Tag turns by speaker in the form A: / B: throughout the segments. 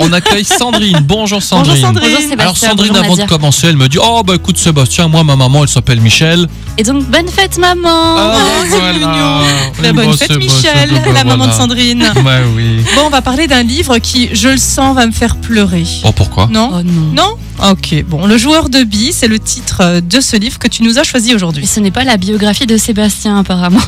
A: on accueille Sandrine. Bonjour Sandrine.
B: Bonjour Sandrine.
C: Bonjour Sébastien.
A: Alors Sandrine,
C: bonjour
A: avant de
C: Nadia.
A: commencer, elle me dit Oh, bah écoute Sébastien, moi, ma maman, elle s'appelle Michel.
B: Oh,
A: Ah, bah,
C: Et donc, bonne fête, maman.
A: voilà.
B: La
A: Oui,
B: bonne
A: Mmh, bon, c'est
B: fête
A: bon,
B: Michel,
A: c'est bon,
B: la maman de
A: voilà.
B: Sandrine.
A: Ouais, oui.
B: Bon, on va parler d'un livre qui, je le sens, va me faire pleurer.
A: Oh, pourquoi
B: Non
C: Oh non.
B: Non Ok, bon, Le joueur de billes, c'est le titre euh, de ce livre que tu nous as choisi
C: Mais
B: aujourd'hui.
C: ce n'est pas la biographie de Sébastien, apparemment.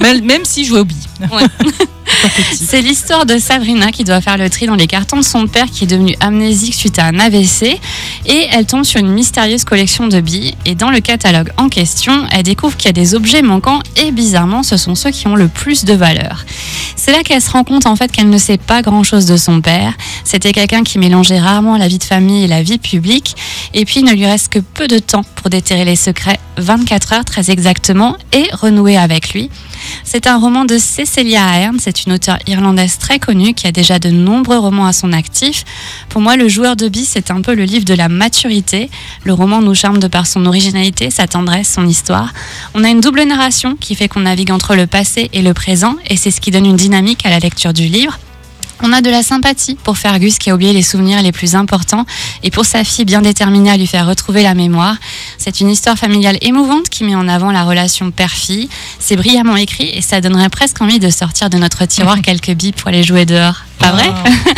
B: Mal- Même si je jouais aux billes.
C: Ouais.
B: Tant petit.
C: C'est l'histoire de Sabrina qui doit faire le tri dans les cartons de son père qui est devenu amnésique suite à un AVC. Et elle tombe sur une mystérieuse collection de billes. Et dans le catalogue en question, elle découvre qu'il y a des objets manquants et bizarrement, ce sont ceux qui ont le plus de valeur. C'est là qu'elle se rend compte en fait qu'elle ne sait pas grand chose de son père. C'était quelqu'un qui mélangeait rarement la vie de famille et la vie publique. Et puis il ne lui reste que peu de temps pour déterrer les secrets, 24 heures très exactement, et renouer avec lui. C'est un roman de Cecilia Ahern, c'est une auteure irlandaise très connue qui a déjà de nombreux romans à son actif. Pour moi, Le joueur de billes, c'est un peu le livre de la maturité. Le roman nous charme de par son originalité, sa tendresse, son histoire. On a une double narration qui fait qu'on navigue entre le passé et le présent et c'est ce qui donne une dynamique à la lecture du livre. On a de la sympathie pour Fergus qui a oublié les souvenirs les plus importants et pour sa fille bien déterminée à lui faire retrouver la mémoire. C'est une histoire familiale émouvante qui met en avant la relation père-fille. C'est brillamment écrit et ça donnerait presque envie de sortir de notre tiroir quelques billes pour aller jouer dehors. Pas vrai
B: Ah.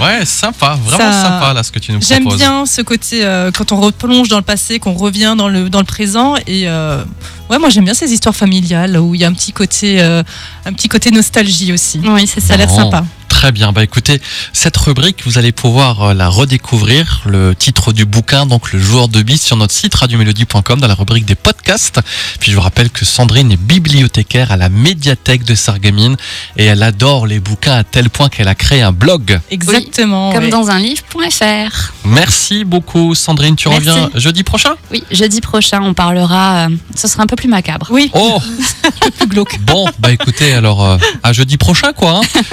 A: Ouais, sympa, vraiment
B: Ça-
A: sympa là ce que tu nous proposes.
B: J'aime bien ce côté euh, quand on replonge dans le passé, qu'on revient dans le, dans le présent. Et euh, ouais, moi j'aime bien ces histoires familiales où il y a un petit côté, euh, un petit côté nostalgie aussi.
C: Oui, c'est
B: Ça
C: ça.
B: a l'air
A: Marrant.
B: sympa.
A: Très bien. Bah écoutez, cette rubrique, vous allez pouvoir euh, la redécouvrir. Le titre du bouquin, donc le joueur de bis, sur notre site radiomélodie.com dans la rubrique des podcasts. Puis je vous rappelle que Sandrine est bibliothécaire à la médiathèque de Sarreguemines et elle adore les bouquins à tel point qu'elle a créé un blog.
B: Exactement.
C: Comme
B: ouais.
C: dans un livre.fr.
A: Merci beaucoup, Sandrine. Tu
C: Merci.
A: reviens jeudi prochain
C: Oui, jeudi prochain, on parlera. euh, ce sera un peu plus macabre.
B: Oui.
A: Oh
B: plus glauque.
A: Bon, bah écoutez, alors euh, à jeudi prochain, quoi. hein.